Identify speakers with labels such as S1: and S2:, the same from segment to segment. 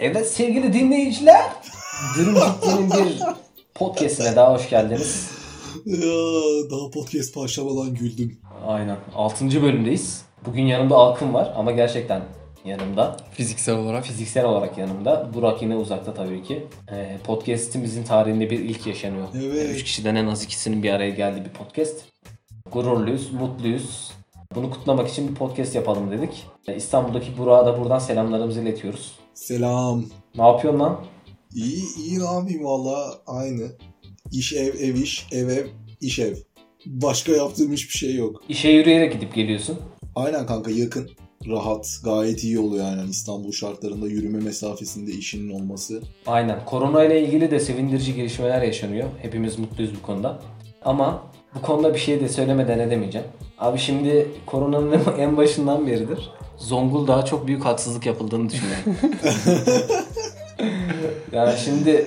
S1: Evet sevgili dinleyiciler. Dürümcüklerin bir podcastine daha hoş geldiniz.
S2: Ya, daha podcast başlamadan güldüm.
S1: Aynen. 6. bölümdeyiz. Bugün yanımda Alkın var ama gerçekten yanımda.
S3: Fiziksel olarak.
S1: Fiziksel olarak yanımda. Burak yine uzakta tabii ki. Ee, podcastimizin tarihinde bir ilk yaşanıyor.
S2: Evet.
S1: 3 kişiden en az ikisinin bir araya geldiği bir podcast. Gururluyuz, mutluyuz. Bunu kutlamak için bir podcast yapalım dedik. Ee, İstanbul'daki Burak'a da buradan selamlarımızı iletiyoruz.
S2: Selam.
S1: Ne yapıyorsun lan?
S2: İyi, iyi ne yapayım valla aynı. İş ev, ev iş, ev ev, iş ev. Başka yaptığım hiçbir şey yok.
S1: İşe yürüyerek gidip geliyorsun.
S2: Aynen kanka yakın, rahat, gayet iyi oluyor yani. Hani İstanbul şartlarında yürüme mesafesinde işinin olması.
S1: Aynen. Korona ile ilgili de sevindirici gelişmeler yaşanıyor. Hepimiz mutluyuz bu konuda. Ama bu konuda bir şey de söylemeden edemeyeceğim. Abi şimdi koronanın en- en başından beridir Zonguldak'a çok büyük haksızlık yapıldığını düşünüyorum. yani şimdi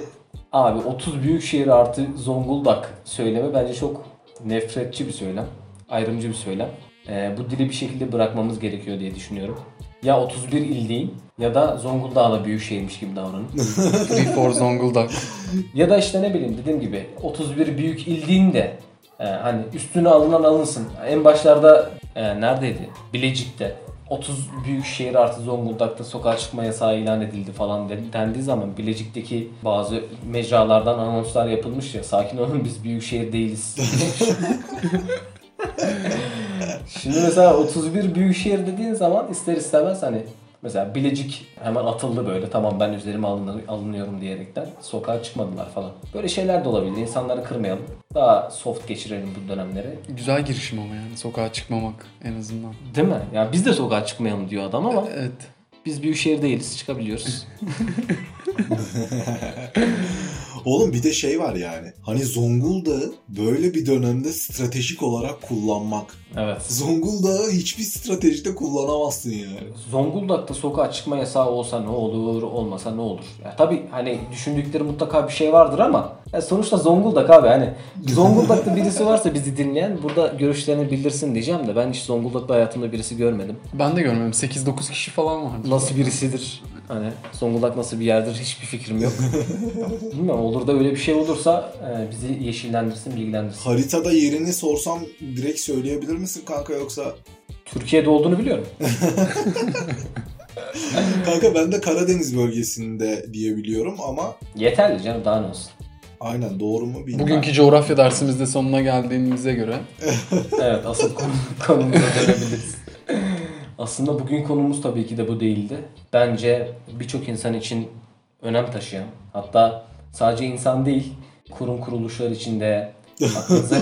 S1: abi 30 büyük şehir artı Zonguldak söylemi bence çok nefretçi bir söylem. Ayrımcı bir söylem. Ee, bu dili bir şekilde bırakmamız gerekiyor diye düşünüyorum. Ya 31 il değil ya da Zonguldak'la büyük şehirmiş gibi davranın.
S3: Free for Zonguldak.
S1: Ya da işte ne bileyim dediğim gibi 31 büyük il değil de e, hani üstüne alınan alınsın. En başlarda e, neredeydi? Bilecik'te. 30 büyük şehir artı Zonguldak'ta sokağa çıkma yasağı ilan edildi falan de- dendiği zaman Bilecik'teki bazı mecralardan anonslar yapılmış ya sakin olun biz büyük şehir değiliz. Şimdi mesela 31 büyük şehir dediğin zaman ister istemez hani mesela Bilecik hemen atıldı böyle tamam ben üzerime alın- alınıyorum diyerekten sokağa çıkmadılar falan. Böyle şeyler de olabilir. İnsanları kırmayalım. Daha soft geçirelim bu dönemleri.
S3: Güzel girişim ama yani sokağa çıkmamak en azından.
S1: Değil mi? Yani biz de sokağa çıkmayalım diyor adam ama
S3: Evet.
S1: biz büyük şehir değiliz çıkabiliyoruz.
S2: Oğlum bir de şey var yani. Hani Zonguldak'ı böyle bir dönemde stratejik olarak kullanmak.
S1: evet.
S2: Zonguldak'ı hiçbir stratejide kullanamazsın yani.
S1: Zonguldak'ta sokağa çıkma yasağı olsa ne olur, olmasa ne olur? Ya tabii hani düşündükleri mutlaka bir şey vardır ama ya sonuçta Zonguldak abi hani Zonguldak'ta birisi varsa bizi dinleyen burada görüşlerini bildirsin diyeceğim de ben hiç Zonguldak'ta hayatımda birisi görmedim.
S3: Ben de görmedim. 8-9 kişi falan vardı.
S1: Nasıl birisidir? Hani Zonguldak nasıl bir yerdir hiçbir fikrim yok. Bilmiyorum olur da öyle bir şey olursa e, bizi yeşillendirsin, bilgilendirsin.
S2: Haritada yerini sorsam direkt söyleyebilir misin kanka yoksa?
S1: Türkiye'de olduğunu biliyorum.
S2: Kanka ben de Karadeniz bölgesinde diyebiliyorum ama
S1: Yeterli canım daha ne olsun.
S2: aynen doğru mu bilmiyorum.
S3: Bugünkü coğrafya dersimizde sonuna geldiğimize göre
S1: Evet asıl konu, konumuza dönebiliriz. Aslında bugün konumuz tabii ki de bu değildi. Bence birçok insan için önem taşıyan hatta sadece insan değil kurum kuruluşlar içinde aklınıza,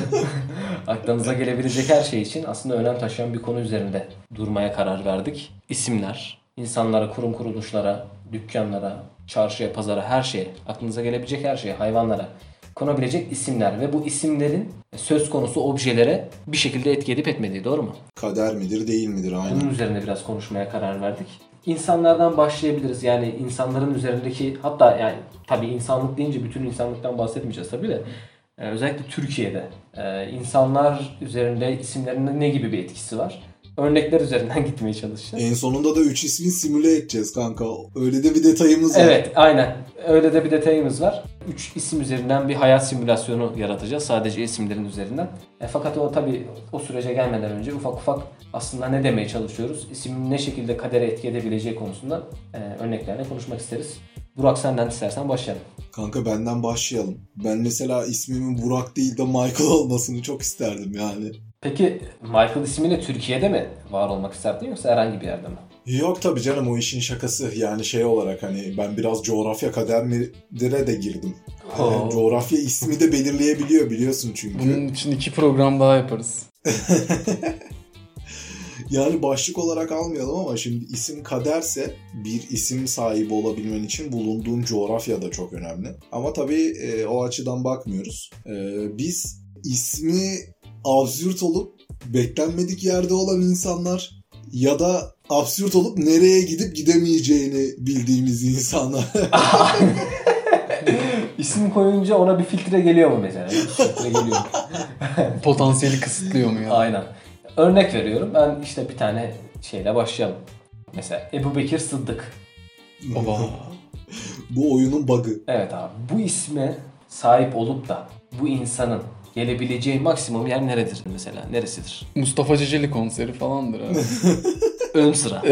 S1: aklınıza gelebilecek her şey için aslında önem taşıyan bir konu üzerinde durmaya karar verdik. İsimler, insanlara, kurum kuruluşlara, dükkanlara, çarşıya, pazara her şeye, aklınıza gelebilecek her şeye, hayvanlara konabilecek isimler ve bu isimlerin söz konusu objelere bir şekilde etki edip etmediği doğru mu?
S2: Kader midir değil midir aynen.
S1: Bunun üzerine biraz konuşmaya karar verdik. İnsanlardan başlayabiliriz. Yani insanların üzerindeki hatta yani tabii insanlık deyince bütün insanlıktan bahsetmeyeceğiz tabii de e, özellikle Türkiye'de e, insanlar üzerinde isimlerinde ne gibi bir etkisi var? Örnekler üzerinden gitmeye çalışacağız.
S2: En sonunda da 3 ismi simüle edeceğiz kanka. Öyle de bir detayımız var.
S1: Evet aynen. Öyle de bir detayımız var. 3 isim üzerinden bir hayat simülasyonu yaratacağız. Sadece isimlerin üzerinden. E, fakat o tabii o sürece gelmeden önce ufak ufak aslında ne demeye çalışıyoruz? İsimin ne şekilde kadere etki edebileceği konusunda e, örneklerle konuşmak isteriz. Burak senden istersen başlayalım.
S2: Kanka benden başlayalım. Ben mesela ismimin Burak değil de Michael olmasını çok isterdim yani.
S1: Peki Michael ismiyle Türkiye'de mi var olmak isterdin yoksa herhangi bir yerde mi?
S2: Yok tabii canım o işin şakası. Yani şey olarak hani ben biraz coğrafya kader midire de girdim.
S1: Oo.
S2: Yani coğrafya ismi de belirleyebiliyor biliyorsun çünkü.
S3: bunun için iki program daha yaparız.
S2: Yani başlık olarak almayalım ama şimdi isim kaderse bir isim sahibi olabilmen için bulunduğun coğrafya da çok önemli. Ama tabii e, o açıdan bakmıyoruz. E, biz ismi absürt olup beklenmedik yerde olan insanlar ya da absürt olup nereye gidip gidemeyeceğini bildiğimiz insanlar.
S1: İsim koyunca ona bir filtre geliyor mu mesela? Bir filtre geliyor mu?
S3: Potansiyeli kısıtlıyor mu ya?
S1: Aynen. Örnek veriyorum. Ben işte bir tane şeyle başlayalım. Mesela Ebu Bekir Sıddık.
S3: Oba.
S2: Bu oyunun bug'ı.
S1: Evet abi. Bu isme sahip olup da bu insanın gelebileceği maksimum yer neredir mesela? Neresidir?
S3: Mustafa Ceceli konseri falandır abi.
S1: Ön sıra.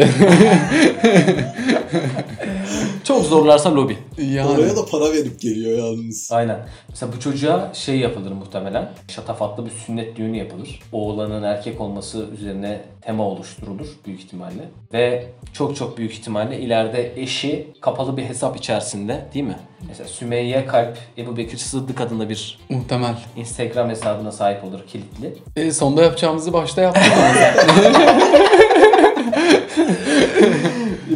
S1: Çok zorlarsa lobi.
S3: Yani.
S2: Oraya da para verip geliyor yalnız.
S1: Aynen. Mesela bu çocuğa şey yapılır muhtemelen. Şatafatlı bir sünnet düğünü yapılır. Oğlanın erkek olması üzerine tema oluşturulur büyük ihtimalle. Ve çok çok büyük ihtimalle ileride eşi kapalı bir hesap içerisinde değil mi? Mesela Sümeyye Kalp, Ebu Bekir Sıddık adında bir
S3: Muhtemel.
S1: Instagram hesabına sahip olur kilitli.
S3: E, sonda yapacağımızı başta yaptık.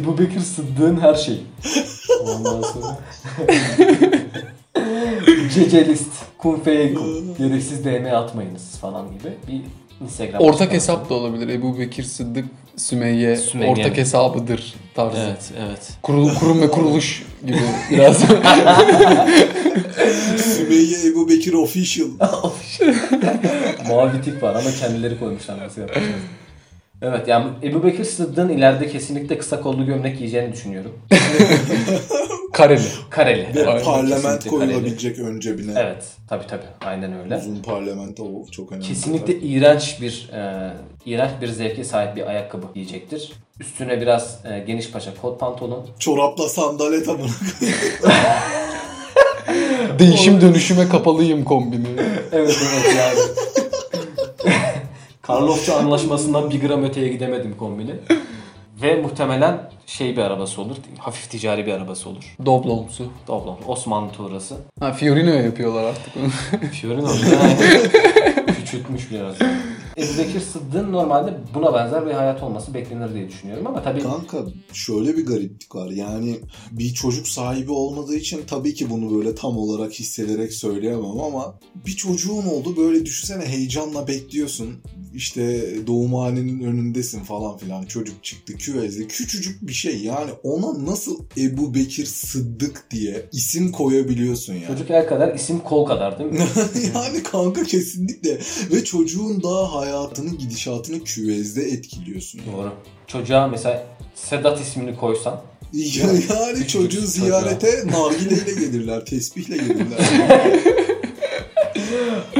S1: Ebu Bekir Sıddık'ın her şeyi. Ondan sonra... Cecelist, kunfeyekun, gereksiz DM atmayınız falan gibi bir Instagram.
S3: ortak
S1: açıklaması.
S3: hesap da olabilir. Ebu Bekir Sıddık Sümeyye,
S1: Sümeyye.
S3: ortak hesabıdır tarzı.
S1: Evet, evet.
S3: Kurul, kurum ve kuruluş gibi biraz.
S2: Sümeyye Ebu Bekir Official.
S1: Mavi tip var ama kendileri koymuşlar nasıl yapacağız. Evet yani Ebu Bekir Sıddık'ın ileride kesinlikle kısa kollu gömlek giyeceğini düşünüyorum.
S3: Kareli.
S1: Kareli.
S2: Ve
S1: evet,
S2: parlament
S1: kesinlikle kareli.
S2: koyulabilecek ön cebine.
S1: Evet tabii tabii aynen öyle.
S2: Uzun parlamento o çok önemli.
S1: Kesinlikle iğrenç bir e, iğrenç bir zevke sahip bir ayakkabı giyecektir. Üstüne biraz e, geniş paça kot pantolon.
S2: Çorapla sandalet ama.
S3: Değişim dönüşüme kapalıyım kombini.
S1: Evet evet yani. Karlofça anlaşmasından bir gram öteye gidemedim kombini. Ve muhtemelen şey bir arabası olur. Hafif ticari bir arabası olur.
S3: Doblomsu.
S1: Doblon. Osmanlı tuğrası.
S3: Ha Fiorino yapıyorlar artık. onu.
S1: Fiorino küçültmüş biraz. Ebu Bekir Sıddık'ın normalde buna benzer bir hayat olması beklenir diye düşünüyorum ama tabii
S2: Kanka şöyle bir gariplik var. Yani bir çocuk sahibi olmadığı için tabii ki bunu böyle tam olarak hissederek söyleyemem ama bir çocuğun oldu böyle düşünsene heyecanla bekliyorsun. İşte doğumhanenin önündesin falan filan. Çocuk çıktı küvezli. Küçücük bir şey yani ona nasıl Ebu Bekir Sıddık diye isim koyabiliyorsun yani.
S1: çocuk el kadar isim kol kadar değil mi?
S2: yani kanka kesinlikle ve çocuğun daha hayatını gidişatını küvezde etkiliyorsun. yani.
S1: Doğru. Çocuğa mesela Sedat ismini koysan
S2: Yani, yani
S1: Küçücük
S2: çocuğu
S1: çocuğa.
S2: ziyarete nargileyle gelirler, tespihle gelirler.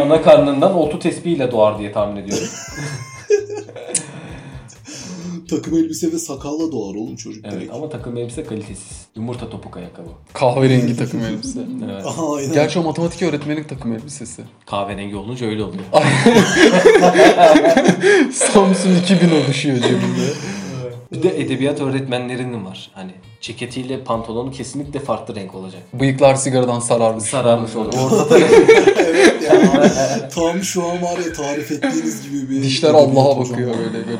S1: ana karnından oltu tespihiyle doğar diye tahmin ediyorum.
S2: Takım elbise ve sakalla doğar oğlum çocuk
S1: Evet
S2: direkt.
S1: ama takım elbise kalitesiz. Yumurta topuk ayakkabı.
S3: Kahverengi takım elbise.
S1: Evet.
S2: Aha, aynen.
S3: Gerçi o matematik öğretmenlik takım elbisesi.
S1: Kahverengi olunca öyle oluyor.
S3: Samsung 2000 oluşuyor cebinde.
S1: Bir de edebiyat öğretmenlerinin var. Hani ceketiyle pantolonu kesinlikle farklı renk olacak.
S3: Bıyıklar sigaradan sararmış.
S1: Sararmış olur.
S2: evet ya. Tam şu an var ya tarif ettiğiniz gibi bir...
S3: Dişler Allah'a bakıyor böyle garip.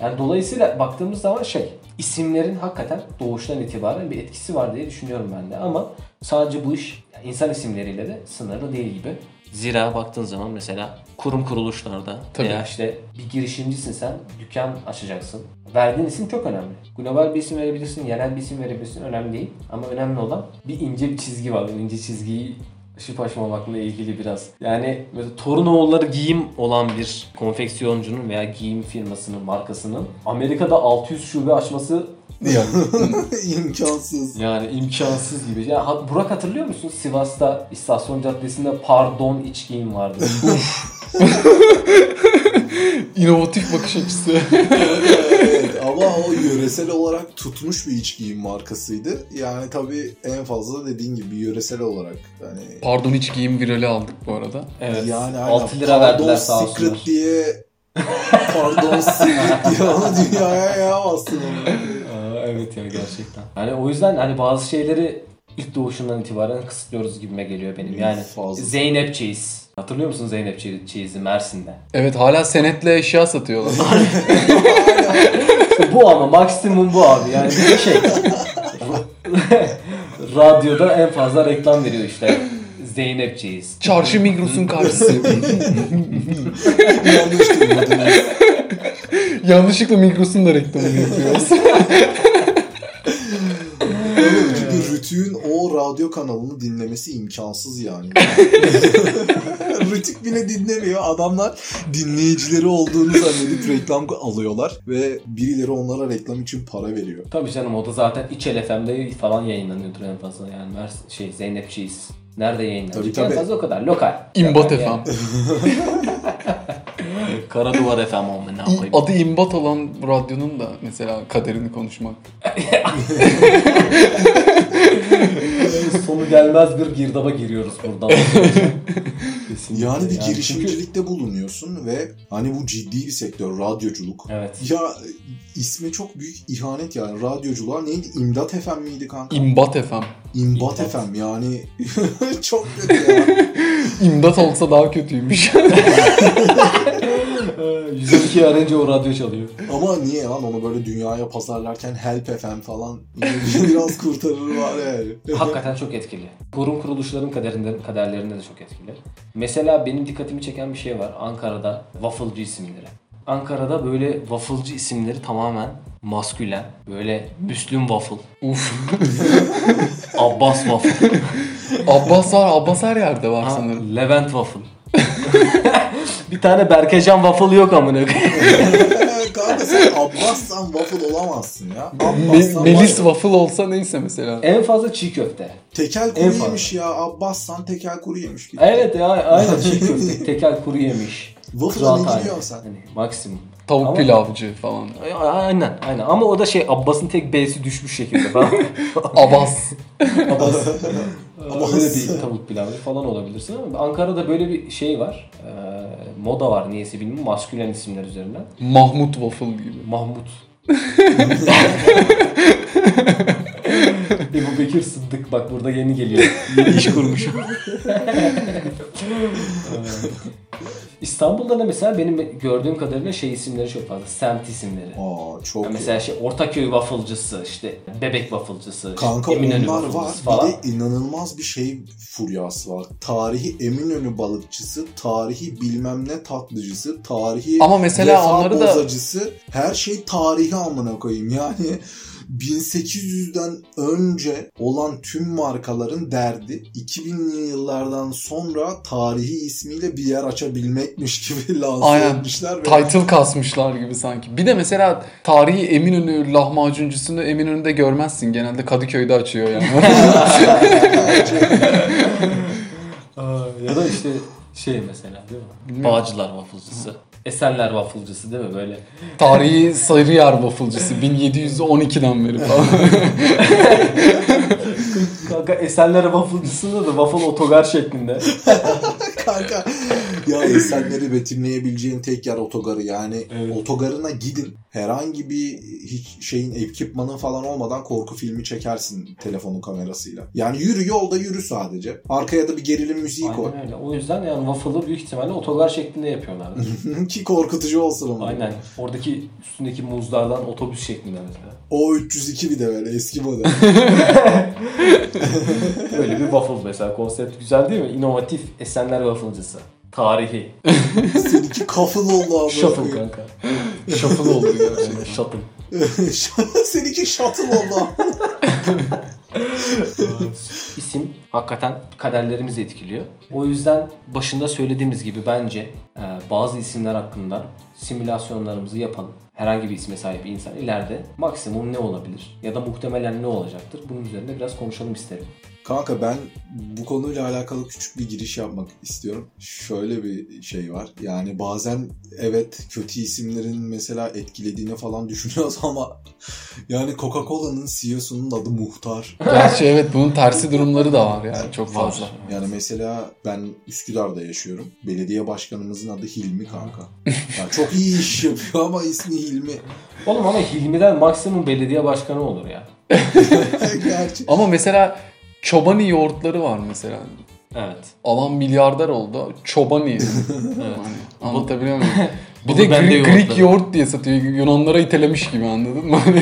S1: Yani dolayısıyla baktığımız zaman şey, isimlerin hakikaten doğuştan itibaren bir etkisi var diye düşünüyorum ben de. Ama sadece bu iş yani insan isimleriyle de sınırlı değil gibi. Zira baktığın zaman mesela kurum kuruluşlarda
S3: Tabii.
S1: veya işte bir girişimcisin sen, dükkan açacaksın. Verdiğin isim çok önemli. Global bir isim verebilirsin, yerel bir isim verebilirsin önemli değil. Ama önemli olan bir ince bir çizgi var. O ince çizgiyi aşıp aşmamakla ilgili biraz. Yani böyle torun oğulları giyim olan bir konfeksiyoncunun veya giyim firmasının, markasının Amerika'da 600 şube açması
S3: Ya.
S2: İmkansız.
S1: yani imkansız gibi. Ya ha- Burak hatırlıyor musun? Sivas'ta istasyon caddesinde pardon iç giyim vardı.
S3: İnovatif bakış açısı.
S2: evet, ama o yöresel olarak tutmuş bir iç giyim markasıydı. Yani tabii en fazla dediğin gibi yöresel olarak. Hani
S3: Pardon iç giyim virali aldık bu arada.
S1: evet.
S2: Yani aynen.
S1: 6 lira
S2: Pardon
S1: verdiler sağ
S2: Secret
S1: olsunlar.
S2: diye Pardon Secret diye onu dünyaya yayamazsın onu.
S1: Aa, evet ya gerçekten. Yani o yüzden hani bazı şeyleri ilk doğuşundan itibaren kısıtlıyoruz gibime geliyor benim. Yani
S2: Fazla.
S1: Zeynep Çeyiz. Hatırlıyor musun Zeynep Çe- Çeyiz'i Mersin'de?
S3: Evet hala senetle eşya satıyorlar.
S1: bu ama maksimum bu abi yani bir de şey. Radyoda en fazla reklam veriyor işte. Zeynep Çeyiz.
S3: Çarşı Migros'un karşısı.
S2: Yanlış duymadınız.
S3: Yanlışlıkla Migros'un da reklamını yapıyoruz.
S2: Öyle bir Rütü'nün o radyo kanalını dinlemesi imkansız yani. Rütük bile dinlemiyor. Adamlar dinleyicileri olduğunu zannedip reklam alıyorlar ve birileri onlara reklam için para veriyor.
S1: Tabii canım o da zaten İç LFM'de falan yayınlanıyordur en fazla. Yani Mers şey Zeynepçiyiz. Nerede yayınlanacak?
S2: Tabii, tabii.
S1: En fazla o kadar. Lokal.
S3: İmbat
S1: Lokal yani.
S3: efendim.
S1: Karaduvar FM olma ne yapayım.
S3: Adı imbat olan radyonun da mesela kaderini konuşmak.
S1: Sonu gelmez bir girdaba giriyoruz buradan. Kesinlikle
S2: Yani bir
S1: çünkü-
S2: girişimcilikte bulunuyorsun ve hani bu ciddi bir sektör radyoculuk.
S1: Evet.
S2: Ya isme çok büyük ihanet yani radyoculuğa neydi? İmdat FM miydi kanka?
S3: İmbat efendim.
S2: İmbat
S1: İmdat.
S2: FM yani çok kötü ya.
S3: İmdat olsa daha kötüymüş.
S1: 112 arayınca o radyo çalıyor.
S2: Ama niye lan onu böyle dünyaya pazarlarken Help FM falan biraz kurtarır var yani.
S1: Hakikaten çok etkili. Kurum kuruluşların kaderinde, kaderlerinde de çok etkili. Mesela benim dikkatimi çeken bir şey var. Ankara'da wafflecı isimleri. Ankara'da böyle wafflecı isimleri tamamen maskülen. Böyle Müslüm Waffle,
S3: Uf.
S1: Abbas Waffle,
S3: Abbas var. Abbas her yerde var
S1: ha,
S3: sanırım.
S1: Levent Waffle. bir tane Berkecan Waffle yok amına koyayım.
S2: Kanka sen Abbas'tan waffle olamazsın ya.
S3: Me-
S2: Abbas'tan
S3: Melis
S2: waffle.
S3: waffle olsa neyse mesela.
S1: En fazla çiğ köfte.
S2: Tekel
S1: En
S2: kuru
S1: fazla.
S2: yemiş ya. Abbas'tan tekel kuru yemiş. gibi.
S1: Evet ya aynen çiğ köfte. Tekel kuru yemiş.
S2: Waffle'a ne
S1: kıraathane.
S2: giriyorsun sen?
S1: Hani maksimum.
S3: Tavuk
S1: Ama-
S3: pilavcı falan.
S1: A- a- Aynen aynen ama o da şey Abbas'ın tek B'si düşmüş şekilde falan.
S3: Abbas.
S1: Abbas.
S2: Abbas.
S1: Öyle bir tavuk pilavı falan olabilirsin ama Ankara'da böyle bir şey var. Ee, moda var niyeyse bilmiyorum. Maskülen isimler üzerinden.
S3: Mahmut waffle gibi.
S1: Mahmut. Ebu Bekir Sıddık bak burada yeni geliyor. Yeni iş kurmuş. Ee, İstanbul'da da mesela benim gördüğüm kadarıyla şey isimleri çok fazla. Semt isimleri.
S2: Aa çok
S1: Ya mesela şey Ortaköy wafflecısı işte bebek wafflecısı
S2: Kanka
S1: işte Eminönü
S2: onlar var.
S1: wafflecısı falan.
S2: Bir de inanılmaz bir şey furyası var. Tarihi Eminönü balıkçısı, tarihi bilmem ne tatlıcısı, tarihi
S3: Ama mesela
S2: vefa
S3: onları da-
S2: bozacısı. Her şey tarihi amına koyayım. Yani 1800'den önce olan tüm markaların derdi 2000'li yıllardan sonra tarihi ismiyle bir yer açabilmekmiş gibi lanse
S3: Aynen.
S2: etmişler. ve-
S3: Title kasmışlar gibi sanki. Bir de mesela tarihi Eminönü lahmacuncusunü Eminönü'nde görmezsin. Genelde Kadıköy'de açıyor yani.
S1: ya da işte şey mesela değil mi?
S3: Bilmiyorum.
S1: Bağcılar wafflecısı. Esenler wafflecısı değil mi böyle?
S3: tarihi Sarıyer wafflecısı 1712'den beri falan.
S1: Kanka Esenler wafflecısında da waffle otogar şeklinde.
S2: Kanka ya insanları betimleyebileceğin tek yer otogarı yani
S1: Evet.
S2: otogarına gidin herhangi bir hiç şeyin ekipmanın falan olmadan korku filmi çekersin telefonun kamerasıyla. Yani yürü yolda yürü sadece. Arkaya da bir gerilim müziği koy.
S1: Aynen öyle. O yüzden yani waffle'ı büyük ihtimalle otogar şeklinde yapıyorlar.
S2: Ki korkutucu olsun ama.
S1: Aynen. Oradaki üstündeki muzlardan otobüs şeklinde mesela.
S2: O 302 bir de böyle eski model.
S1: Böyle bir waffle mesela konsept güzel değil mi? İnovatif Esenler wafflecısı. Tarihi.
S2: Seninki kafıl oldu abi.
S1: Shuffle kanka.
S3: Shuffle oldu gerçekten.
S1: Aynen, Shuttle.
S2: Seninki shuttle oldu.
S1: İsim hakikaten kaderlerimizi etkiliyor. O yüzden başında söylediğimiz gibi bence e, bazı isimler hakkında simülasyonlarımızı yapalım. Herhangi bir isme sahip insan ileride maksimum ne olabilir ya da muhtemelen ne olacaktır? Bunun üzerinde biraz konuşalım isterim.
S2: Kanka ben bu konuyla alakalı küçük bir giriş yapmak istiyorum. Şöyle bir şey var. Yani bazen evet kötü isimlerin mesela etkilediğini falan düşünüyoruz ama yani Coca-Cola'nın CEO'sunun adı Muhtar.
S3: Gerçi evet bunun tersi durumları da var yani çok
S2: Var.
S3: fazla.
S2: Yani mesela ben Üsküdar'da yaşıyorum. Belediye başkanımızın adı Hilmi kanka. Ya çok iyi iş yapıyor ama ismi Hilmi.
S1: Oğlum ama Hilmi'den maksimum belediye başkanı olur ya.
S2: Gerçi.
S3: Ama mesela Çobani yoğurtları var mesela.
S1: Evet.
S3: Alan milyarder oldu. Çobani.
S1: evet.
S3: Hani Anlatabiliyor muyum? Bir
S1: Bunu
S3: de
S1: ben de
S3: Greek, Greek
S1: yoğurtlarım.
S3: yoğurt diye satıyor. Yunanlara itelemiş gibi anladın mı? Hani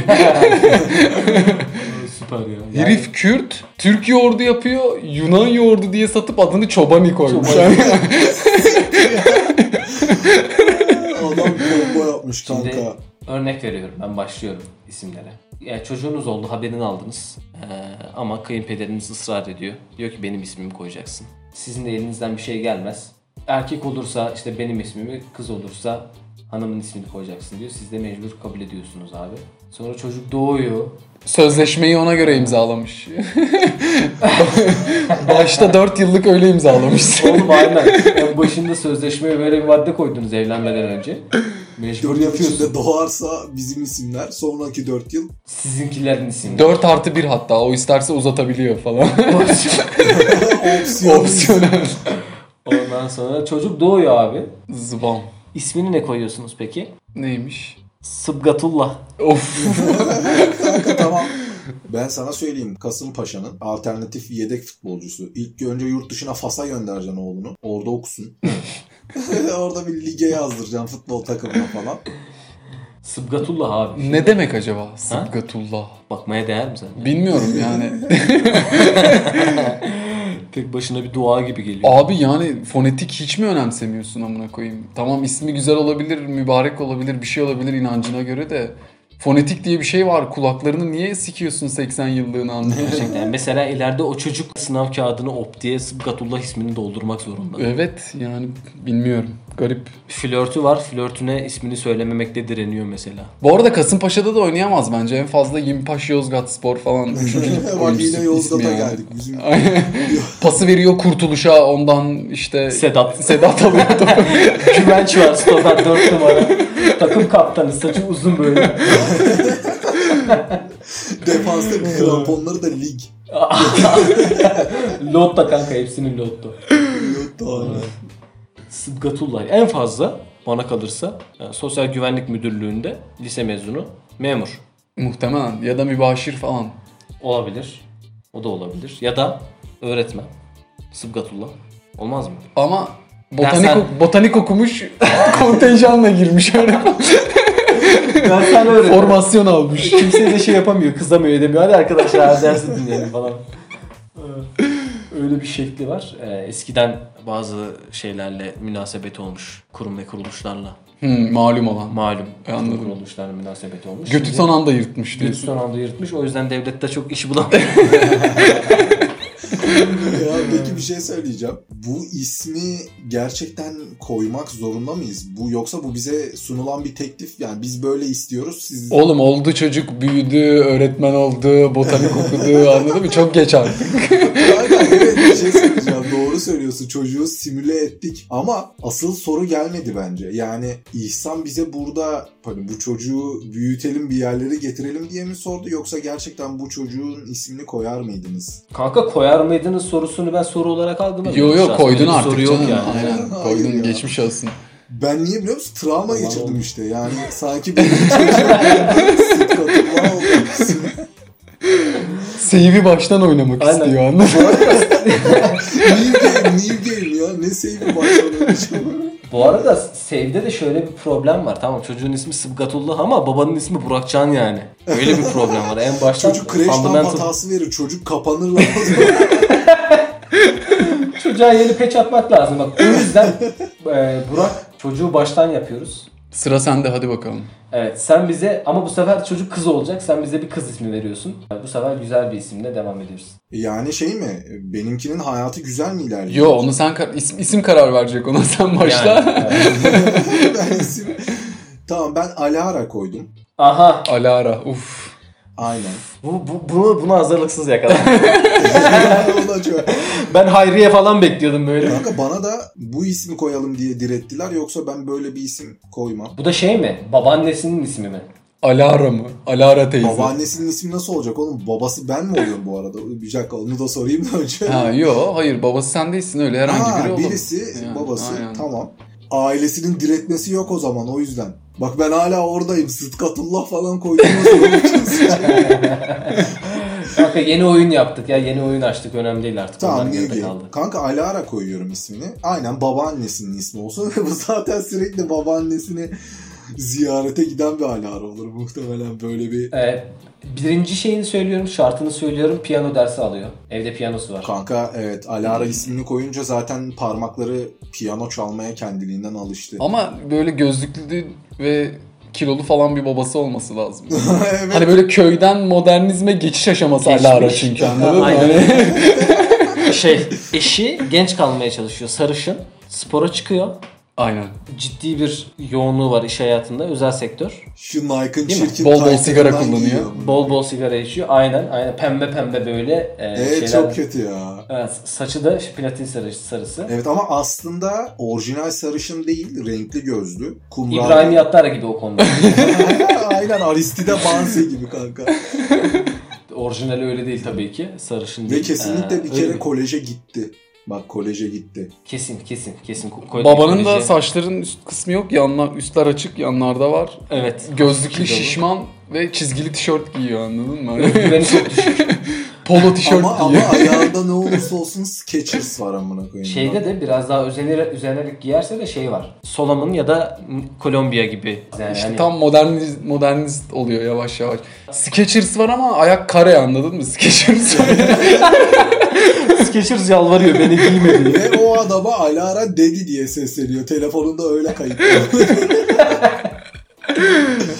S1: Süper ya.
S3: Herif Kürt, Türk yoğurdu yapıyor, Yunan yoğurdu diye satıp adını Çobani koymuş.
S1: Çobani.
S3: Yani
S2: Adam bomba yapmış
S1: Şimdi-
S2: kanka.
S1: Örnek veriyorum ben başlıyorum isimlere. Ya çocuğunuz oldu haberini aldınız. Ee, Ee, ama kayınpederiniz ısrar ediyor. Diyor ki benim ismimi koyacaksın. Sizin de elinizden bir şey gelmez. Erkek olursa işte benim ismimi, kız olursa hanımın ismini koyacaksın diyor. Siz de mecbur kabul ediyorsunuz abi. Sonra çocuk doğuyor.
S3: Sözleşmeyi ona göre imzalamış. Başta 4 yıllık öyle imzalamış.
S1: Oğlum aynen. Ya başında sözleşmeye böyle bir madde koydunuz evlenmeden önce. Mecbur
S2: 4 yıl
S1: yapıyorsun.
S2: içinde doğarsa bizim isimler sonraki 4 yıl
S1: Sizinkilerin isimleri.
S3: 4 artı 1 hatta o isterse uzatabiliyor falan.
S2: opsiyon.
S3: Opsiyonel.
S1: Ondan sonra çocuk doğuyor abi.
S3: Zıbam.
S1: İsmini ne koyuyorsunuz peki?
S3: Neymiş?
S1: Sıbgatullah.
S3: Of.
S2: tamam. Ben sana söyleyeyim Kasımpaşa'nın alternatif yedek futbolcusu. İlk önce yurt dışına Fas'a göndereceksin oğlunu. Orada okusun. Orada bir lige yazdıracaksın futbol takımına falan.
S1: Sıbgatullah abi.
S3: ne demek acaba? Sıbgatullah.
S1: Bakmaya değer mi zaten?
S3: Bilmiyorum yani.
S1: Tek başına bir dua gibi geliyor.
S3: Abi yani fonetik hiç mi önemsemiyorsun amına koyayım? Tamam ismi güzel olabilir, mübarek olabilir, bir şey olabilir inancına göre de. Fonetik diye bir şey var. Kulaklarını niye sikiyorsun 80 yıllığını anlıyor?
S1: Gerçekten. Mesela ileride o çocuk sınav kağıdını op diye Sıbgatullah ismini doldurmak zorunda.
S3: evet yani bilmiyorum. Garip.
S1: Flörtü var. Flörtüne ismini söylememekte direniyor mesela.
S3: Bu arada Kasımpaşa'da da oynayamaz bence. En fazla Yimpaş Yozgat Spor falan. Üçüncü lig
S2: Bak
S3: oyuncusu
S2: yine
S3: ismi
S2: Yozgat'a
S3: yani.
S2: geldik. Bizim
S3: Pası veriyor Kurtuluş'a ondan işte
S1: Sedat.
S3: E, Sedat alıyor. topu.
S1: Güvenç var stoper 4 numara. Takım kaptanı saçı uzun böyle.
S2: defansta kramponları da lig.
S1: Lotta kanka hepsinin lotto.
S2: Yok daha ne.
S1: Sıbgatullah. En fazla bana kalırsa e, Sosyal Güvenlik Müdürlüğü'nde lise mezunu memur
S3: Muhtemelen ya da mübaşir falan.
S1: olabilir. O da olabilir. Ya da öğretmen. Sıbgatullah. Olmaz mı?
S3: Ama botanik,
S1: Dersen-
S3: ok- botanik okumuş kontenjanla girmiş öyle.
S1: Ben sen öğretmen.
S3: Formasyon almış.
S1: Kimse de şey yapamıyor, kızamıyor edemiyor. Hadi arkadaşlar dersi dinleyelim falan. Öyle bir şekli var. E, Eskiden bazı şeylerle münasebeti olmuş. Kurum ve kuruluşlarla.
S3: Hmm, malum olan.
S1: Malum
S3: E,
S1: kurum
S3: anladım.
S1: ve kuruluşlarla münasebeti olmuş.
S3: Götü
S1: Şimdi-
S3: son anda yırtmış
S1: Götü
S3: diyorsun.
S1: son anda yırtmış. O yüzden devlette çok işi bulamıyor.
S2: Ya peki bir şey söyleyeceğim. Bu ismi gerçekten koymak zorunda mıyız? Bu yoksa bu bize sunulan bir teklif. Yani biz böyle istiyoruz. Siz
S3: Oğlum oldu çocuk büyüdü, öğretmen oldu, botanik okudu anladın mı? Çok geç artık.
S2: Aynen evet bir şey söyleyeceğim. Doğru söylüyorsun. Çocuğu simüle ettik. Ama asıl soru gelmedi bence. Yani İhsan bize burada hani bu çocuğu büyütelim bir yerlere getirelim diye mi sordu? Yoksa gerçekten bu çocuğun ismini koyar mıydınız?
S1: Kanka koyar mıydınız sorusunu ben soru olarak algılamadım.
S3: Yo
S1: Şahsen
S3: yo koydun
S1: öyle bir
S3: artık
S1: soru yok
S3: canım.
S1: yani.
S3: Aynen
S2: Hayır
S3: koydun
S2: ya.
S3: geçmiş olsun.
S2: Ben niye biliyor musun? Travma
S1: Aman
S2: geçirdim
S1: oğlum.
S2: işte. Yani sanki benim şey çocuğum sıkıntılı oldu.
S3: Save'i baştan oynamak
S1: Aynen.
S3: istiyor anladın mı?
S2: new game, new game ya. Ne save'i başladı.
S1: Bu arada Save'de de şöyle bir problem var. Tamam çocuğun ismi Sıbgatullah ama babanın ismi Burakcan yani. Öyle bir problem var. En baştan
S2: Çocuk crash'tan hatası verir. Çocuk kapanır lan.
S1: çocuğa yeni peç atmak lazım. Bak o yüzden e, Burak çocuğu baştan yapıyoruz.
S3: Sıra sende hadi bakalım.
S1: Evet sen bize ama bu sefer çocuk kız olacak. Sen bize bir kız ismi veriyorsun. E, Bu sefer güzel bir isimle devam ediyoruz.
S2: yani şey mi? Benimkinin hayatı güzel mi ilerliyor?
S3: Yo onu sen kar- isim, isim karar verecek ona sen başla.
S1: Yani, evet.
S2: ben isim... Tamam ben Alara koydum.
S1: Aha
S3: Alara uf.
S2: Aynen.
S1: bu, bu, bunu, bunu hazırlıksız yakaladım.
S2: O da çok-
S1: Ben Hayriye falan bekliyordum böyle.
S2: Kanka bana da bu ismi koyalım diye direttiler yoksa ben böyle bir isim koymam.
S1: Bu da şey mi? Babaannesinin ismi mi?
S3: Alara mı? Alara teyze.
S2: Babaannesinin ismi nasıl olacak oğlum? Babası ben mi oluyorum bu arada? Bir dakika onu da sorayım da önce.
S3: Ha yo hayır babası sen değilsin öyle herhangi
S2: Ha,
S3: biri olur.
S2: birisi
S3: Yani,
S2: babası
S3: aynen.
S2: tamam. Ailesinin diretmesi yok o zaman o yüzden. Bak ben hala oradayım. Sıtkatullah falan koyduğumuz yol için sıçrayım.
S1: Kanka yeni oyun yaptık ya yeni oyun açtık önemli değil artık.
S2: Tamam
S1: Onlar
S2: New
S1: geride
S2: Game.
S1: kaldı.
S2: Kanka Alara koyuyorum ismini. Aynen babaannesinin ismi olsun. Bu zaten sürekli babaannesini ziyarete giden bir Alara olur. Muhtemelen böyle bir...
S1: Ee, birinci şeyini söylüyorum şartını söylüyorum piyano dersi alıyor. Evde piyanosu var.
S2: Kanka evet Alara ismini koyunca zaten parmakları piyano çalmaya kendiliğinden alıştı.
S3: Ama böyle gözlüklü ve kilolu falan bir babası olması lazım.
S2: evet.
S3: Hani böyle köyden modernizme geçiş aşaması
S1: Geçmiş.
S3: hala ara çünkü anladın mı?
S1: Aynen.
S3: Hani-
S1: şey eşi genç kalmaya çalışıyor sarışın spora çıkıyor
S3: Aynen.
S1: ciddi bir yoğunluğu var iş hayatında özel sektör
S2: Şu Nike'ın
S1: Değil mi?
S2: çirkin
S3: Bol bol
S2: taytlarından
S3: sigara kullanıyor.
S2: giyiyor bunu.
S1: bol bol sigara içiyor aynen aynen pembe pembe böyle e,
S2: Evet
S1: şeyler
S2: çok kötü ya.
S1: Evet, saçı da platin sarısı sarısı
S2: Evet ama aslında orijinal sarışın değil, renkli gözlü. Kumral.
S1: İbrahim Yattar gibi o konuda
S2: Aynen Aristide Banse gibi kanka.
S1: orijinali öyle değil tabii ki sarışın
S2: Ve
S1: değil.
S2: kesinlikle
S1: Ha,
S2: bir
S1: Ee, öyle
S2: kere
S1: mi?
S2: koleje gitti. Bak koleje gitti.
S1: kesin kesin kesin Ko- ko-
S3: Babanın da
S1: koleji-
S3: saçların üst kısmı yok. Yanlar, üstler açık, yanlarda var.
S1: evet
S3: Gözlüklü,
S1: Kilolu.
S3: şişman ve çizgili tişört giyiyor anladın mı?
S1: Güveni çok düşük.
S3: Polo tişört
S2: ama ama
S3: giyiyor.
S2: ayağında ne olursa olsun Skechers var amına koyayım.
S1: Şeyde de biraz daha özenerek, özenerek giyerse de şey var. Solomon ya da Kolombiya gibi. Yani
S3: İşte
S1: hani-
S3: tam modernist, modernist oluyor yavaş yavaş. Skechers var ama ayak kare anladın mı? Skechers var.
S1: Skechers yalvarıyor beni giyme diye.
S2: Ve o adama Alara dedi diye sesleniyor. Telefonunda öyle kayıtlı.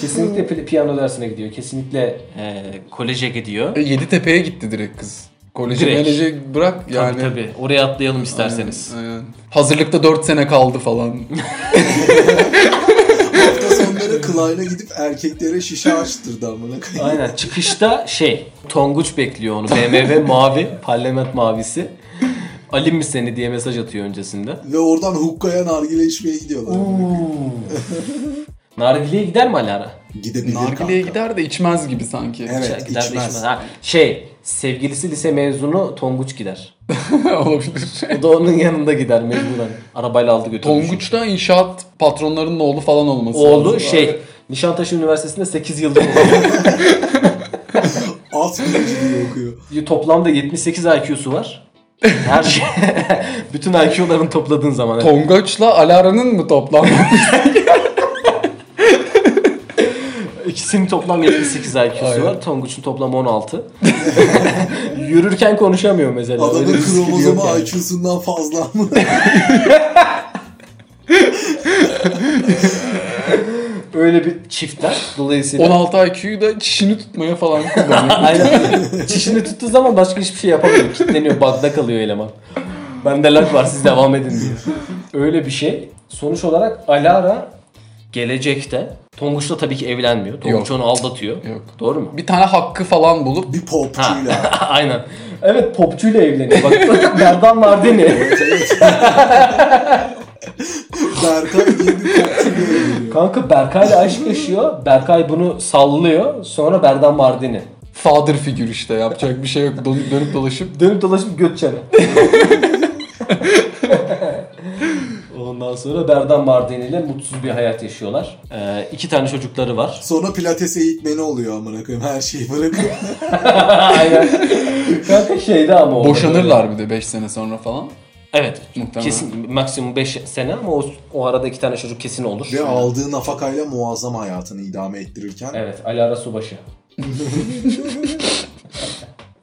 S1: Kesinlikle pi- piyano dersine gidiyor. Kesinlikle e, koleje gidiyor.
S3: E, Yeditepe'ye gitti direkt kız. Koleji
S1: Direkt.
S3: melece bırak yani.
S1: Tabii tabii. Oraya atlayalım isterseniz.
S3: Aynen. Hazırlıkta 4 sene kaldı falan.
S2: Hafta sonları Klein'e gidip erkeklere şişe açtırdı amına koyayım.
S1: Aynen. Çıkışta şey, Tonguç bekliyor onu. BMW mavi, parlament mavisi. Alim mi seni diye mesaj atıyor öncesinde.
S2: Ve oradan hukkaya nargile içmeye gidiyorlar.
S1: Nargile'ye gider mi Alara?
S2: Gidebilir kanka.
S3: Nargile'ye gider de içmez gibi sanki.
S2: Evet,
S1: Gider de
S2: içmez.
S1: Ha, şey, sevgilisi lise mezunu Tonguç gider.
S3: Olabilir.
S1: O da onun yanında gider mecburen. Arabayla aldı götürmüş.
S3: Tonguç'ta inşaat patronlarının oğlu falan olması
S1: Oğlu
S3: lazım.
S1: şey Nişantaşı Üniversitesi'nde 8 yıldır okuyor.
S2: At biliciliği okuyor.
S1: Toplamda 78 IQ'su var. Her şey. Bütün IQ'ların topladığın zaman. evet.
S3: Tonguç'la Alara'nın mı toplam?
S1: İkisinin toplam 78 IQ'su
S3: Aynen.
S1: var. Tonguç'un toplam 16. Yürürken konuşamıyor mesela. Öyle
S2: Adamın
S1: bir skill yok
S2: kromozomu
S1: yani.
S2: IQ'sundan fazla mı?
S1: Öyle bir çiftler. Dolayısıyla.
S3: 16 IQ'yu da çişini tutmaya falan kullanıyor.
S1: Aynen. Çişini tuttuğu zaman başka hiçbir şey yapamıyor. Kitleniyor. Bagda kalıyor eleman. Bende lag var siz devam edin diye. Öyle bir şey. Sonuç olarak Alara gelecekte Tonguç'la tabii ki evlenmiyor. Tonguç
S3: Yok.
S1: onu aldatıyor.
S3: Yok.
S1: Doğru mu?
S3: Bir tane hakkı falan bulup
S2: Bir popçuyla.
S1: Aynen. Evet popçuyla evleniyor. Bak Berdan Mardini.
S2: Berkay diye bir popçuyla evleniyor.
S1: Kanka Berkay'la aşk yaşıyor. Berkay bunu sallıyor. Sonra Berdan Mardini.
S3: father figür işte yapacak bir şey yok. Dön- dönüp dolaşıp
S1: Dönüp dolaşıp Gökçen'e. Ondan sonra Berdan Mardini ile mutsuz bir hayat yaşıyorlar. Ee, iki tane çocukları var.
S2: Sonra pilates eğitmeni oluyor amına koyayım. Her şeyi bırakıyor.
S1: Aynen. Kanka şeyde ama orada böyle.
S3: boşanırlar bir de 5 sene sonra falan.
S1: Evet.
S3: Muhtemelen.
S1: Kesin maksimum 5 sene ama o, o arada iki tane çocuk kesin olur.
S2: Ve aldığı nafakayla muazzam hayatını idame ettirirken
S1: Evet, Alara Subaşı.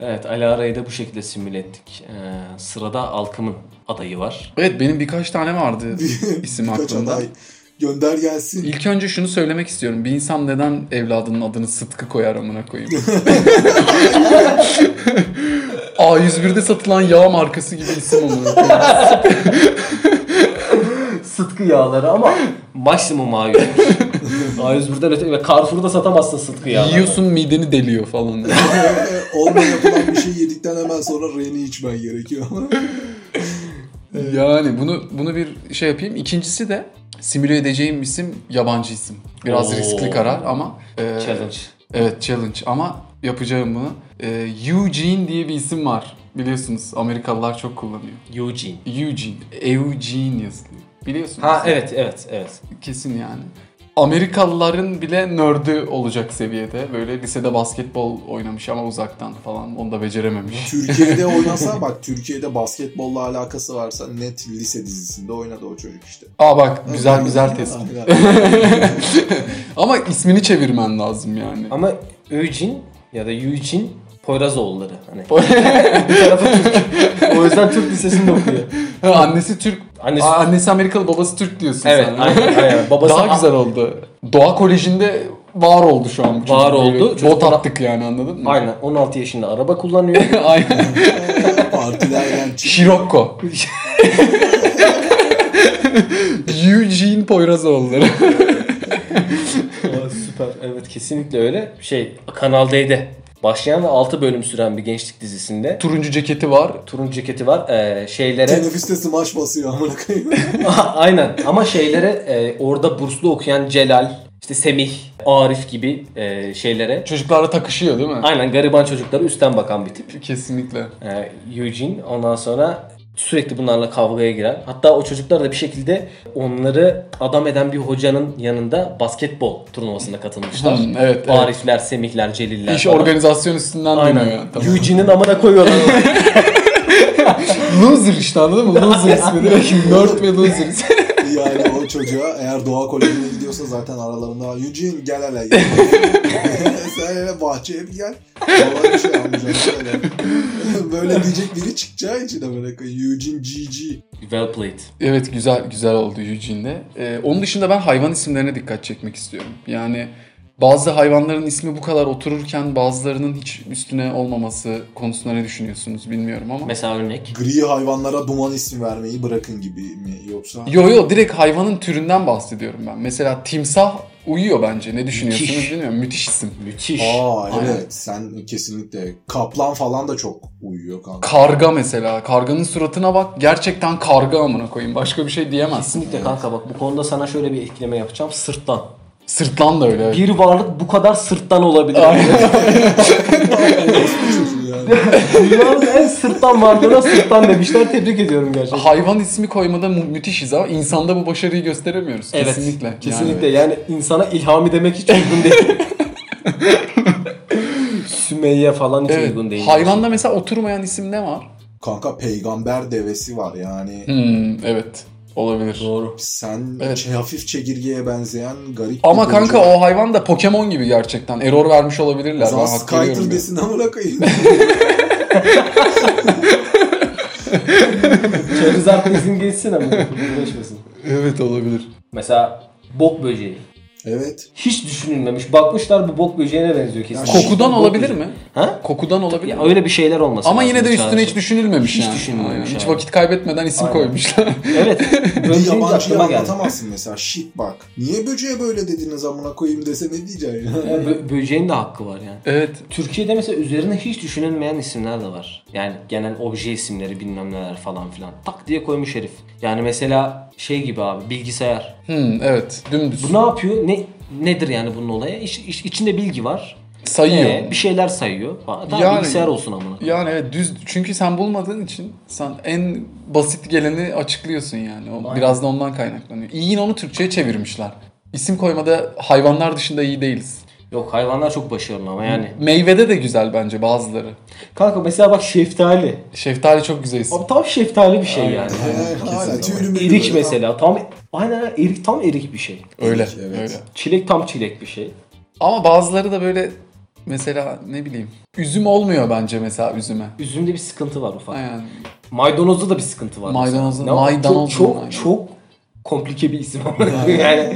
S1: evet, Alara'yı da bu şekilde simüle ettik. Ee, sırada Alkım'ın adayı var.
S3: Evet benim birkaç tane vardı isim
S2: birkaç
S3: hakkında.
S2: aday gönder gelsin.
S3: İlk önce şunu söylemek istiyorum. Bir insan neden evladının adını Sıtkı koyar amına koyayım? A101'de satılan yağ markası gibi isim amına koyayım.
S1: Sıtkı yağları ama maksimum A100. A101'den öte ve Carrefour'da satamazsın Sıtkı yağları.
S3: Yiyorsun mideni deliyor falan.
S2: Onunla yapılan bir şey yedikten hemen sonra reni içmen gerekiyor.
S3: yani bunu bunu bir şey yapayım. İkincisi de simüle edeceğim isim yabancı isim. Biraz
S1: Oo.
S3: riskli karar ama e,
S1: Challenge.
S3: Evet challenge ama yapacağım bunu. E, Eugene diye bir isim var. Biliyorsunuz Amerikalılar çok kullanıyor.
S1: Eugene.
S3: Eugene. Eugene yazılıyor. Biliyorsunuz.
S1: Ha evet evet evet.
S3: Kesin yani. Amerikalıların bile nördü olacak seviyede. Böyle lisede basketbol oynamış ama uzaktan falan. Onu da becerememiş.
S2: Türkiye'de oynasa bak Türkiye'de basketbolla alakası varsa net lise dizisinde oynadı o çocuk işte.
S3: Aa bak güzel güzel tespit.
S2: Aynen.
S3: Ama ismini çevirmen lazım yani.
S1: Ama Eugene ya da Eugene Poyrazoğulları. Hani. bir tarafı Türk. O yüzden Türk lisesinde okuyor.
S3: Annesi Türk.
S1: Annesi
S3: Aa, Annesi Amerikalı babası Türk diyorsun
S1: Evet,
S3: sen.
S1: aynen, aynen. Babası
S3: Daha güzel oldu. Doğa Koleji'nde var oldu şu an. bu çocuk.
S1: Var
S3: Böyle
S1: oldu. Çocuk
S3: Bot
S1: ona-
S3: attık yani anladın mı?
S1: Aynen 16 yaşında araba kullanıyor.
S3: Aynen.
S2: Partilerden çık.
S3: Şirokko. Eugene Poyrazoğulları.
S1: Aa, Süper. Evet kesinlikle öyle. Şey Kanal D'de başlayan ve 6 bölüm süren bir gençlik dizisinde
S3: Turuncu ceketi var.
S1: turuncu ceketi var. Ee, şeylere
S2: Teneffüste smaç basıyor amına koyayım.
S1: aynen ama şeylere e, orada burslu okuyan Celal, işte Semih, Arif gibi e, şeylere
S3: Çocuklarla takışıyor değil mi?
S1: aynen gariban çocuklara üstten bakan bir tip.
S3: Kesinlikle.
S1: Ee, Eugene ondan sonra sürekli bunlarla kavgaya giren. Hatta o çocuklar da bir şekilde onları adam eden bir hocanın yanında basketbol turnuvasına katılmışlar.
S3: Hmm, evet, evet.
S1: Arifler, Semihler, Celiller.
S3: İş
S1: falan.
S3: organizasyon üstünden
S1: Aynen.
S3: dönüyor. yani, Tamam.
S1: Eugene'in amına koyuyorlar.
S3: loser işte anladın mı? Loser ismi değil mi? Nerd ve loser ismi.
S2: Yani o çocuğa eğer doğa kolejine gidiyorsa zaten aralarında Eugene gel hele gel. Sen hele bahçeye bir gel. Falan bir şey anlayacaksın hele. böyle diyecek biri çıkacağı için amına koyayım. Eugene GG.
S1: well played.
S3: evet güzel güzel oldu Eugene'de. Ee, onun dışında ben hayvan isimlerine dikkat çekmek istiyorum. Yani bazı hayvanların ismi bu kadar otururken bazılarının hiç üstüne olmaması konusunda ne düşünüyorsunuz bilmiyorum ama.
S1: Mesela örnek.
S2: Gri hayvanlara duman ismi vermeyi bırakın gibi mi yoksa?
S3: Yo yo direkt hayvanın türünden bahsediyorum ben. Mesela timsah uyuyor bence. Ne düşünüyorsunuz
S1: Müthiş.
S3: bilmiyorum. Müthiş isim.
S1: Müthiş.
S2: Aa
S3: Aynen.
S2: evet sen kesinlikle. Kaplan falan da çok uyuyor kanka.
S3: Karga mesela. Karganın suratına bak. Gerçekten karga amına koyayım. Başka bir şey diyemezsin.
S1: Kesinlikle kanka bak bu konuda sana şöyle bir ekleme yapacağım. Sırttan.
S3: Sırtlan da öyle. evet.
S1: Bir varlık bu kadar sırttan olabilir.
S2: Çocuğu yani.
S1: Dünyanın en sırttan varlığına sırttan demişler. Tebrik ediyorum gerçekten.
S3: Hayvan ismi koymada mu- müthişiz ama insanda bu başarıyı gösteremiyoruz.
S1: Evet.
S3: Kesinlikle.
S1: Kesinlikle.
S3: Yani,
S1: Yani, insana ilhami demek hiç uygun değil. Sümeyye falan hiç
S3: evet.
S1: uygun değil.
S3: Hayvanda mesela oturmayan isim ne var?
S2: Kanka peygamber devesi var yani.
S3: Hmm, evet. Olabilir.
S1: Doğru.
S2: Sen
S3: Evet.
S2: şey, hafif çekirgeye benzeyen garip
S3: Ama
S2: bir
S3: kanka
S2: çocuk.
S3: o hayvan da Pokemon gibi gerçekten. Error vermiş olabilirler.
S2: O zaman
S3: Ben hak veriyorum
S2: Skyter
S3: ya.
S2: desin amına koyayım.
S1: Charizard izin geçsin ama. Uğraşmasın.
S3: Evet olabilir.
S1: Mesela bok böceği.
S2: evet.
S1: Hiç düşünülmemiş. Bakmışlar bu bok böceğine benziyor kesin.
S2: Ya
S1: Bok
S3: Kokudan
S1: böceği.
S3: olabilir mi?
S1: Ha?
S3: Kokudan olabilir
S1: Ya
S3: mi?
S1: öyle bir şeyler olmasın.
S3: Ama yine de üstüne hiç düşünülmemiş
S1: Hiç
S3: yani.
S1: düşünülmemiş
S3: Aynen. Hiç
S1: yani.
S3: vakit kaybetmeden isim
S1: Aynen.
S3: koymuşlar.
S1: Evet.
S2: Bir
S1: Böceğin
S2: yabancıya
S1: aklıma geldi.
S2: anlatamazsın mesela. Shit bak. Niye böceğe böyle dediniz amına koyayım dese ne diyeceksin? ya?
S1: Ya bö- böceğin de hakkı var yani.
S3: evet.
S1: Türkiye'de mesela üzerine hiç düşünülmeyen isimler de var. Yani genel obje isimleri bilmem neler falan filan. Tak diye koymuş herif. Yani mesela şey gibi abi bilgisayar.
S3: Hmm, evet. Dümdüz.
S1: Bu ne yapıyor? Ne nedir yani bunun olayı? İç, iç- içinde bilgi var.
S3: Sayıyor.
S1: Ee, bir şeyler sayıyor. falan. Tamam
S3: Yani-
S1: bilgisayar olsun amına.
S3: Yani evet düz çünkü sen bulmadığın için sen en basit geleni açıklıyorsun yani. O
S1: Aynen.
S3: biraz da ondan kaynaklanıyor. İyi yine onu Türkçeye çevirmişler. İsim koymada hayvanlar dışında iyi değiliz.
S1: Yok hayvanlar çok başarılı ama yani.
S3: Meyvede de güzel bence bazıları.
S1: Kanka mesela bak şeftali.
S3: Şeftali çok güzel isim.
S1: Abi tam şeftali bir şey yani.
S2: He, Hala tüylü mülü
S1: Erik
S2: böyle.
S1: mesela tam aynen erik tam erik bir şey.
S3: Öyle.
S2: Evet.
S3: Öyle.
S1: Çilek tam çilek bir şey.
S3: Ama bazıları da böyle mesela ne bileyim üzüm olmuyor bence mesela üzüme.
S1: Üzümde bir sıkıntı var ufak.
S3: Yani
S1: Maydanozda da bir sıkıntı var.
S3: Maydanozda-
S1: mesela. Ne var?
S3: maydanozda
S1: çok
S3: aynen.
S1: çok, çok komplike bir isim. yani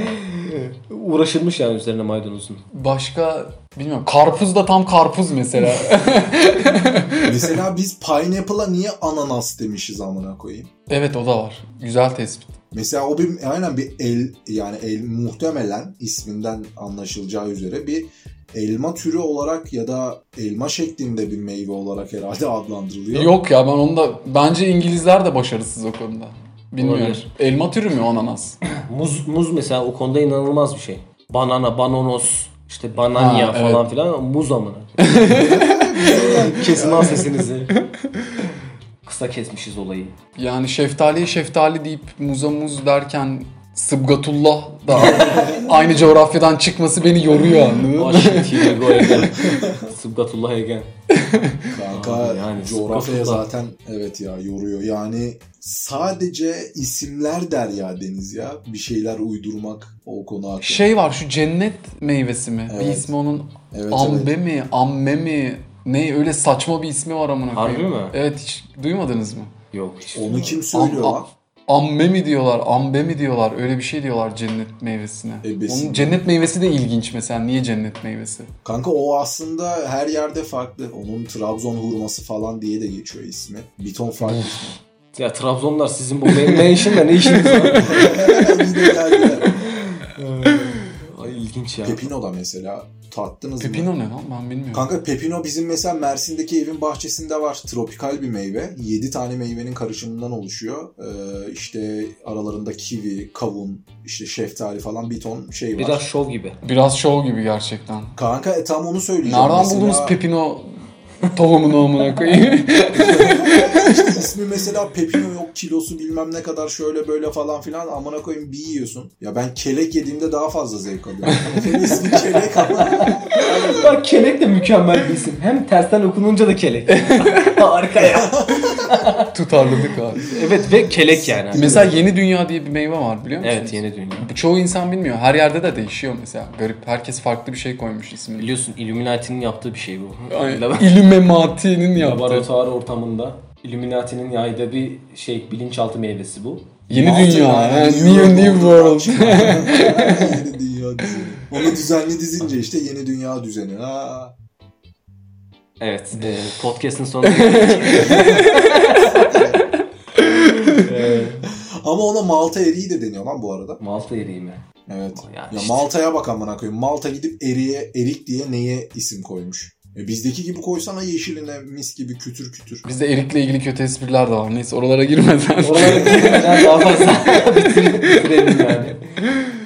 S1: e, uğraşılmış yani üzerine maydanozun.
S3: başka bilmiyorum karpuz da tam karpuz mesela.
S2: mesela biz pineapple'a niye ananas demişiz amına koyayım?
S3: evet o da var. Güzel tespit.
S2: Mesela o bir aynen bir el yani el muhtemelen isminden anlaşılacağı üzere bir elma türü olarak ya da elma şeklinde bir meyve olarak herhalde adlandırılıyor.
S3: Yok ya ben onu da bence İngilizler de başarısız o konuda. Bilmiyorum.
S1: Olabilir.
S3: Elma türü mü o ananas?
S1: Muz muz mesela o konuda inanılmaz bir şey. Banana, bananos, işte bananya
S3: Ha,
S1: falan filan muz amına. Kesin lan sesinizi. Kısa kesmişiz olayı.
S3: Yani şeftaliye şeftali deyip muza muz derken Sıbgatullah da aynı coğrafyadan çıkması beni yoruyor anladın mı?
S1: Washington Hugo Egen. Sıbgatullah Egen.
S2: Kanka
S1: Abi yani
S2: coğrafya
S1: sıkıntı.
S2: zaten evet ya yoruyor. Yani sadece isimler der ya Deniz ya. Bir şeyler uydurmak o konu hakkında.
S3: Şey var şu cennet meyvesi mi? Bir
S2: Evet.
S3: ismi onun
S2: evet,
S3: ambe
S2: evet.
S3: mi? Amme mi? Ne öyle saçma bir ismi var amına
S1: Harbi
S3: koyayım.
S1: mi?
S3: Evet hiç duymadınız mı?
S1: Yok hiç.
S2: Onu kim söylüyor
S3: Am-
S2: lan?
S3: Amme mi diyorlar, ambe mi diyorlar? Öyle bir şey diyorlar cennet meyvesine.
S2: Ebesi.
S3: Onun cennet meyvesi de ilginç mesela. Niye cennet meyvesi?
S2: Kanka o aslında her yerde farklı. Onun Trabzon hurması falan diye de geçiyor ismi. Bir ton farklı.
S1: Ya Trabzonlar sizin bu men- mention'la ne işiniz var?
S2: Yine geldiler.
S1: Ay ilginç ya.
S2: Pepino da mesela tattınız mı?
S3: Pepino ne lan? Ben bilmiyorum.
S2: Kanka Pepino bizim mesela Mersin'deki evin bahçesinde var. Tropikal bir meyve. 7 tane meyvenin karışımından oluşuyor. Ee, işte aralarında kivi, kavun, işte şeftali falan bir ton şey var.
S1: Biraz şov gibi.
S3: Biraz şov gibi gerçekten.
S2: Kanka e, tam onu söyleyeceğim.
S3: Nereden
S2: Mesela
S3: buldunuz Pepino tohumunu amına koyayım?
S2: İsmi mesela Pepino yok kilosu bilmem ne kadar şöyle böyle falan filan amına koyayım bir yiyorsun. Ya ben kelek yediğimde daha fazla zevk alıyorum. Senin ismi kelek ama.
S1: Bak kelek de mükemmel bir isim. Hem tersten okununca da kelek. Harika ya.
S3: Tutarlılık abi.
S1: Evet ve kelek yani.
S3: Mesela yeni dünya diye bir meyve var biliyor musunuz?
S1: Evet yeni dünya.
S3: Bu Çoğu insan bilmiyor. Her yerde de değişiyor mesela. Garip. Herkes farklı bir şey koymuş ismini.
S1: Biliyorsun Illuminati'nin yaptığı bir şey bu. Lab-
S3: Illuminati'nin yaptığı.
S1: Laboratuvar ortamında Illuminati'nin yaydığı bir şey bilinçaltı meyvesi bu.
S3: Yeni
S2: Altı
S3: dünya.
S2: yani,
S3: ha, New New World.
S2: yeni dünya düzeni. Onu düzenli dizince işte yeni dünya düzeni. Ha.
S1: Evet. e, podcast'ın sonunda E,
S2: Ama ona Malta eriği de deniyor lan bu arada.
S1: Malta eriği mi?
S2: Evet.
S1: Yani
S2: Ya
S1: işte.
S2: Malta'ya bak amına koyayım. Malta gidip eriğe erik diye neye isim koymuş? E bizdeki gibi koysana yeşiline mis gibi kütür kütür.
S3: Bizde Erik'le ilgili kötü espriler de var. Neyse oralara girmeden.
S1: Oralara girmeden daha fazla bitir- bitirelim yani.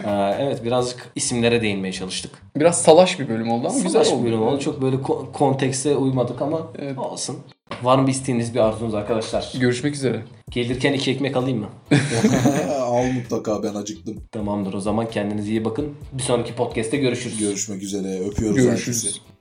S1: Aa, evet birazcık isimlere değinmeye çalıştık.
S3: Biraz salaş bir bölüm oldu ama
S1: Güzel
S3: güzel oldu.
S1: bir bölüm oldu. Çok böyle ko- kontekste uymadık ama
S3: Evet.
S1: olsun. Var mı isteğiniz bir arzunuz arkadaşlar?
S3: Görüşmek üzere.
S1: Gelirken iki ekmek alayım mı?
S2: Al mutlaka ben acıktım.
S1: Tamamdır o zaman kendinize iyi bakın. Bir sonraki podcast'te görüşürüz.
S2: Görüşmek üzere. Öpüyoruz
S3: Görüşürüz.
S2: herkesi.